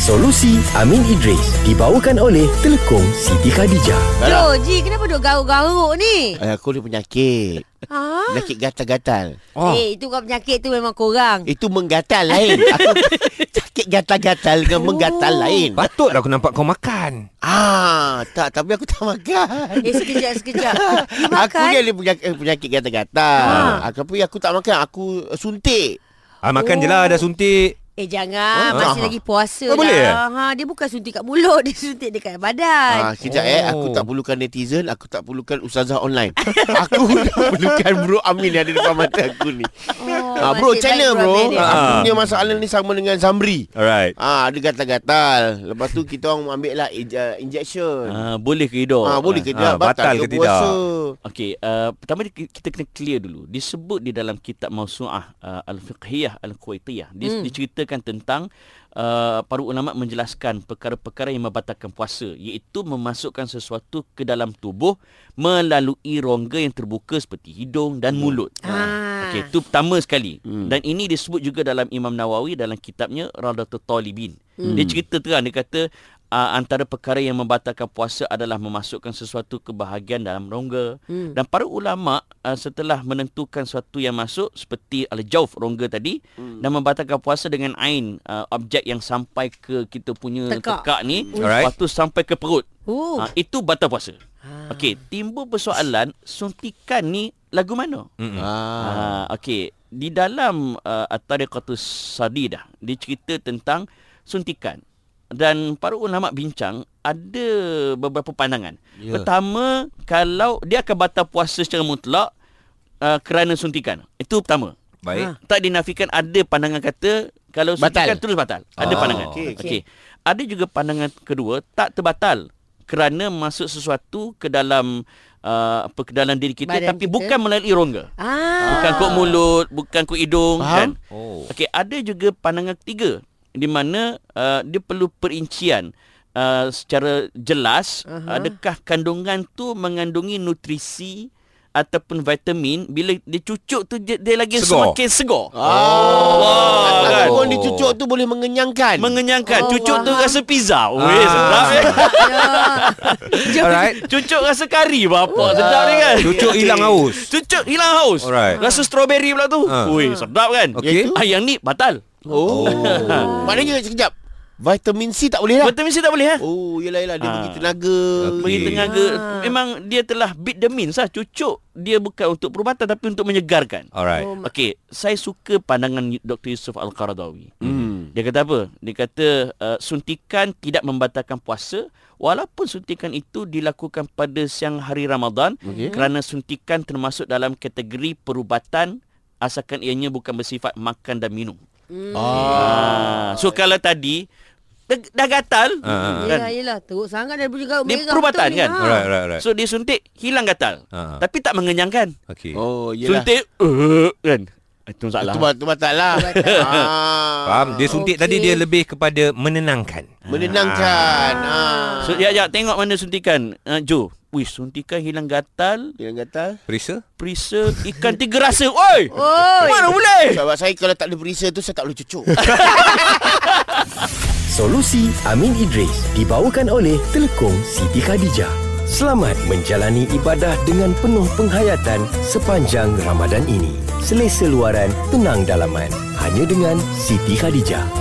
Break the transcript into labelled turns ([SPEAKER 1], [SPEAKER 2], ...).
[SPEAKER 1] Solusi Amin Idris dibawakan oleh Telekom Siti Khadijah.
[SPEAKER 2] Jo, Ji, kenapa duk garuk-garuk ni?
[SPEAKER 3] Eh, aku ni penyakit.
[SPEAKER 2] Ha?
[SPEAKER 3] Penyakit gatal-gatal.
[SPEAKER 4] Ah,
[SPEAKER 2] Oh. Eh, itu bukan penyakit tu memang korang.
[SPEAKER 3] Itu menggatal lain. Aku sakit gatal-gatal dengan menggatal lain.
[SPEAKER 4] Patutlah aku nampak kau makan.
[SPEAKER 3] Ah, tak. Tapi aku tak makan.
[SPEAKER 2] Eh, sekejap, sekejap. You
[SPEAKER 3] Aku
[SPEAKER 2] makan?
[SPEAKER 3] ni ada penyakit, eh, penyakit gatal-gatal.
[SPEAKER 2] Ah.
[SPEAKER 3] Ah. Aku, aku tak makan. Aku eh, suntik.
[SPEAKER 4] Ah, makan oh. je lah dah suntik.
[SPEAKER 2] Eh, jangan.
[SPEAKER 3] Ah.
[SPEAKER 2] Masih lagi puasa
[SPEAKER 4] Oh, boleh, eh?
[SPEAKER 2] lah. Ha, dia bukan suntik kat mulut. Dia suntik dekat
[SPEAKER 3] Ah,
[SPEAKER 2] badan.
[SPEAKER 3] kejap eh.
[SPEAKER 4] Oh.
[SPEAKER 3] Aku tak perlukan netizen. Aku tak perlukan ustazah online. aku perlukan bro Amin yang ada depan mata aku ni.
[SPEAKER 2] Oh,
[SPEAKER 3] ah, bro,
[SPEAKER 2] nasib
[SPEAKER 3] China
[SPEAKER 2] baik
[SPEAKER 3] bro.
[SPEAKER 2] ambil dia.
[SPEAKER 3] Ah, aku
[SPEAKER 4] Ah.
[SPEAKER 3] punya masalah ni sama dengan Zamri.
[SPEAKER 4] Alright.
[SPEAKER 3] Ah, ada gatal-gatal. Lepas tu kita orang ambil lah ej- uh, injection.
[SPEAKER 5] Ah, boleh ke hidup?
[SPEAKER 3] Ah, boleh ke
[SPEAKER 4] Ah,
[SPEAKER 3] tidak?
[SPEAKER 4] batal ke tidak?
[SPEAKER 5] Okey, uh, pertama di- kita kena clear dulu. Disebut di dalam kitab Mausuah uh, Al-Fiqhiyah Al-Kuwaitiyah. Di,
[SPEAKER 2] Hmm.
[SPEAKER 5] Diceritakan tentang uh, para ulama menjelaskan perkara-perkara yang membatalkan puasa, iaitu memasukkan sesuatu ke dalam tubuh melalui rongga yang terbuka seperti hidung dan mulut.
[SPEAKER 2] Ah.
[SPEAKER 5] Okey, itu pertama sekali.
[SPEAKER 3] Hmm.
[SPEAKER 5] Dan ini disebut juga dalam Imam Nawawi dalam kitabnya Radatul Talibin. Dia cerita terang dia kata uh, antara perkara yang membatalkan puasa adalah memasukkan sesuatu ke bahagian dalam rongga.
[SPEAKER 2] Hmm.
[SPEAKER 5] Dan para ulama uh, setelah menentukan sesuatu yang masuk seperti al-jauf rongga tadi
[SPEAKER 3] Hmm.
[SPEAKER 5] dan membatalkan puasa dengan ain uh, objek yang sampai ke kita punya
[SPEAKER 2] Tekak.
[SPEAKER 5] tekak, ni
[SPEAKER 4] Alright.
[SPEAKER 5] lepas tu sampai ke perut.
[SPEAKER 2] Oh.
[SPEAKER 5] Uh, itu batal puasa. Okey, timbul persoalan suntikan ni lagu mana?
[SPEAKER 4] Mm-mm.
[SPEAKER 3] Ah.
[SPEAKER 5] Ah, okey. Di dalam uh, At-Tariqatus Sadidah, dia cerita tentang suntikan. Dan para ulama bincang ada beberapa pandangan.
[SPEAKER 3] Ya.
[SPEAKER 5] Yeah. Pertama, kalau dia akan batal puasa secara mutlak uh, kerana suntikan. Itu pertama.
[SPEAKER 4] Baik.
[SPEAKER 5] Tak dinafikan ada pandangan kata kalau
[SPEAKER 3] Ah.
[SPEAKER 5] suntikan
[SPEAKER 3] Batal.
[SPEAKER 5] terus batal. Ada
[SPEAKER 4] Ah,
[SPEAKER 5] pandangan.
[SPEAKER 3] okey,
[SPEAKER 2] okey.
[SPEAKER 5] Okey. Ada juga pandangan kedua tak terbatal kerana masuk sesuatu ke dalam uh, apa ke dalam diri kita
[SPEAKER 2] Badan
[SPEAKER 5] tapi
[SPEAKER 2] kita.
[SPEAKER 5] bukan melalui rongga.
[SPEAKER 2] Ah.
[SPEAKER 5] Bukan kok mulut, bukan kok hidung
[SPEAKER 3] Faham?
[SPEAKER 5] Faham? kan.
[SPEAKER 4] Oh.
[SPEAKER 5] Okey, ada juga pandangan ketiga di mana uh, dia perlu perincian uh, secara jelas
[SPEAKER 2] Aha.
[SPEAKER 5] uh-huh. adakah kandungan tu mengandungi nutrisi ataupun vitamin bila dia cucuk tu dia, dia lagi
[SPEAKER 4] Segar.
[SPEAKER 5] semakin segar.
[SPEAKER 3] Oh.
[SPEAKER 5] Wah,
[SPEAKER 3] Wow,
[SPEAKER 5] kan?
[SPEAKER 4] Oh.
[SPEAKER 3] Ataupun dicucuk tu boleh mengenyangkan.
[SPEAKER 2] Oh,
[SPEAKER 5] Mengenyangkan. cucuk tu
[SPEAKER 2] faham.
[SPEAKER 5] rasa pizza. Weh,
[SPEAKER 4] Ah.
[SPEAKER 5] sedap. eh.
[SPEAKER 2] Ya,
[SPEAKER 4] Alright.
[SPEAKER 5] Cucuk rasa kari bapak. Sedap ni kan.
[SPEAKER 4] Cucuk hilang haus.
[SPEAKER 5] Cucuk hilang haus.
[SPEAKER 4] Alright.
[SPEAKER 5] Rasa strawberry pula tu.
[SPEAKER 4] Ah.
[SPEAKER 5] Weh, sedap kan?
[SPEAKER 4] Okey.
[SPEAKER 5] Ah, yang ni batal.
[SPEAKER 3] Oh. Maknanya sekejap. Vitamin C tak boleh
[SPEAKER 4] Ya.
[SPEAKER 3] lah.
[SPEAKER 5] Vitamin C tak boleh eh?
[SPEAKER 3] Oh, yelah yelah dia
[SPEAKER 5] Ah.
[SPEAKER 3] bagi tenaga.
[SPEAKER 4] Okey.
[SPEAKER 5] Bagi
[SPEAKER 4] Eh.
[SPEAKER 5] tenaga
[SPEAKER 2] Ah.
[SPEAKER 5] Memang dia telah Beat the means lah Cucuk Dia bukan untuk perubatan Tapi untuk menyegarkan
[SPEAKER 4] Alright.
[SPEAKER 2] Oh,
[SPEAKER 5] Okey Saya suka pandangan Dr. Yusuf Al-Qaradawi
[SPEAKER 3] Hmm.
[SPEAKER 5] Dia kata apa? Dia kata uh, Suntikan tidak membatalkan puasa Walaupun suntikan itu dilakukan pada siang hari Ramadan
[SPEAKER 3] Okey.
[SPEAKER 5] Kerana suntikan termasuk dalam kategori perubatan Asalkan ianya bukan bersifat makan dan minum ah. So kalau tadi Dah, dah gatal
[SPEAKER 4] Ah, ah.
[SPEAKER 2] Yelah, yelah. Teruk sangat dah bunyi garuk.
[SPEAKER 5] kan? Dia
[SPEAKER 2] merah
[SPEAKER 5] perubatan
[SPEAKER 2] betul ni,
[SPEAKER 5] kan?
[SPEAKER 2] ha.
[SPEAKER 4] Alright, alright, alright.
[SPEAKER 5] So dia suntik hilang gatal.
[SPEAKER 4] Ha.
[SPEAKER 5] Tapi tak mengenyangkan.
[SPEAKER 4] Okey.
[SPEAKER 3] Oh, Ah. yelah.
[SPEAKER 5] Suntik uh, kan. Itu masalah.
[SPEAKER 3] Itu bat- tu batal lah.
[SPEAKER 2] Batal.
[SPEAKER 3] ah.
[SPEAKER 4] Faham? Dia suntik
[SPEAKER 2] Okey.
[SPEAKER 4] tadi dia lebih kepada menenangkan.
[SPEAKER 3] Menenangkan. Ah.
[SPEAKER 5] So ya ya tengok mana suntikan. Uh, Jo. Wih suntikan hilang gatal.
[SPEAKER 3] Dia gatal.
[SPEAKER 4] Perisa?
[SPEAKER 5] Perisa ikan tiga rasa. Oi.
[SPEAKER 2] Oi.
[SPEAKER 5] Mana boleh?
[SPEAKER 3] Sebab saya kalau tak ada perisa tu saya tak boleh cucuk.
[SPEAKER 1] Solusi Amin Idris dibawakan oleh Telekom Siti Khadijah. Selamat menjalani ibadah dengan penuh penghayatan sepanjang Ramadan ini. Selesa luaran, tenang dalaman. Hanya dengan Siti Khadijah.